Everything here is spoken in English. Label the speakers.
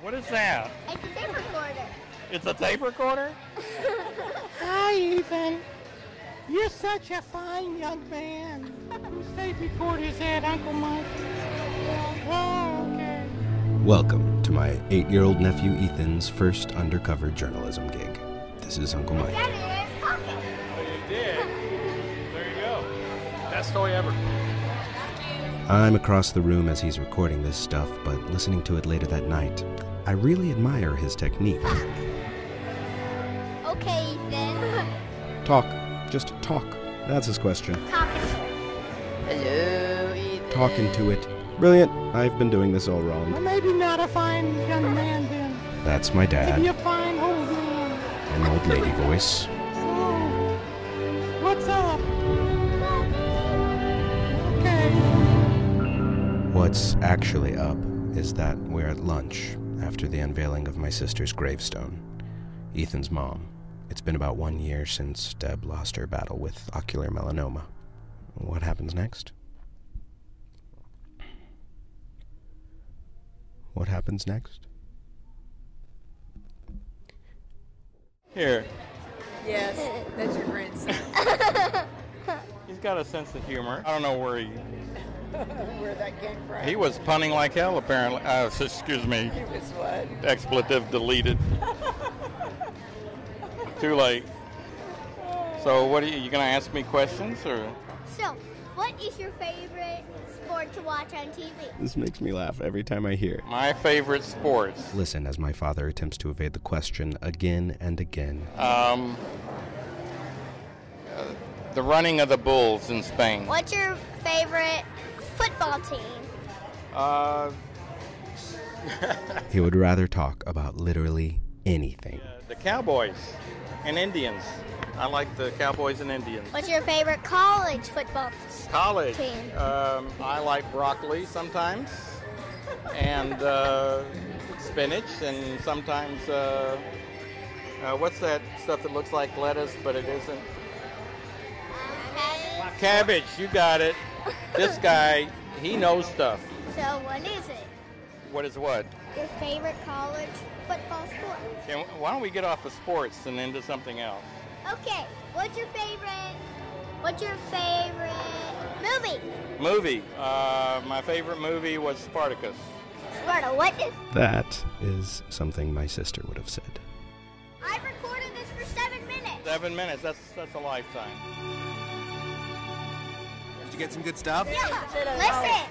Speaker 1: What is that?
Speaker 2: It's a tape recorder.
Speaker 1: It's a tape recorder?
Speaker 3: Hi, Ethan. You're such a fine young man. Whose tape recorder is that, Uncle Mike? Oh, okay.
Speaker 4: Welcome to my eight year old nephew Ethan's first undercover journalism gig. This is Uncle Mike.
Speaker 2: Daddy in his pocket.
Speaker 1: You did. There you go. Best toy ever.
Speaker 4: I'm across the room as he's recording this stuff, but listening to it later that night, I really admire his technique.
Speaker 2: Okay, Ethan.
Speaker 4: Talk. Just talk. That's his question.
Speaker 2: Talking.
Speaker 5: Hello, Ethan.
Speaker 4: Talking to it. Brilliant. I've been doing this all
Speaker 3: Well,
Speaker 4: wrong.
Speaker 3: maybe not a fine young man then.
Speaker 4: That's my
Speaker 3: Maybe
Speaker 4: dad,
Speaker 3: a fine old man.
Speaker 4: an old lady voice.
Speaker 3: So, Oh, what's up? Okay.
Speaker 4: What's actually up is that we're at lunch after the unveiling of my sister's gravestone. Ethan's mom. It's been about one year since Deb lost her battle with ocular melanoma. What happens next? What happens next?
Speaker 1: Here.
Speaker 5: Yes, that's your grandson.
Speaker 1: He's got a sense of humor. I don't know where he.
Speaker 5: Where that came from.
Speaker 1: He was punning like hell, apparently. Uh, excuse me.
Speaker 5: It was what?
Speaker 1: Expletive deleted. Too late. So, what are you, you going to ask me questions or?
Speaker 2: So, what is your favorite sport to watch on TV?
Speaker 4: This makes me laugh every time I hear it.
Speaker 1: My favorite sports.
Speaker 4: Listen as my father attempts to evade the question again and again.
Speaker 1: Um, uh, the running of the bulls in Spain.
Speaker 2: What's your favorite football team?
Speaker 1: Uh,
Speaker 4: He would rather talk about literally anything.
Speaker 1: the Cowboys and Indians. I like the Cowboys and Indians.
Speaker 2: What's your favorite college football team?
Speaker 1: College.
Speaker 2: Team.
Speaker 1: Um, I like broccoli sometimes, and uh, spinach, and sometimes uh, uh, what's that stuff that looks like lettuce but it isn't? Cabbage. You got it. This guy, he knows stuff.
Speaker 2: So, what is it?
Speaker 1: What is what?
Speaker 2: Your favorite college football sport?
Speaker 1: Can, why don't we get off of sports and into something else?
Speaker 2: Okay, what's your favorite? What's your favorite movie?
Speaker 1: Movie. Uh, my favorite movie was Spartacus.
Speaker 2: Sparta, what is?
Speaker 4: That is something my sister would have said.
Speaker 2: I've recorded this for seven minutes.
Speaker 1: Seven minutes. That's that's a lifetime.
Speaker 6: Did you get some good stuff?
Speaker 2: Yeah, listen.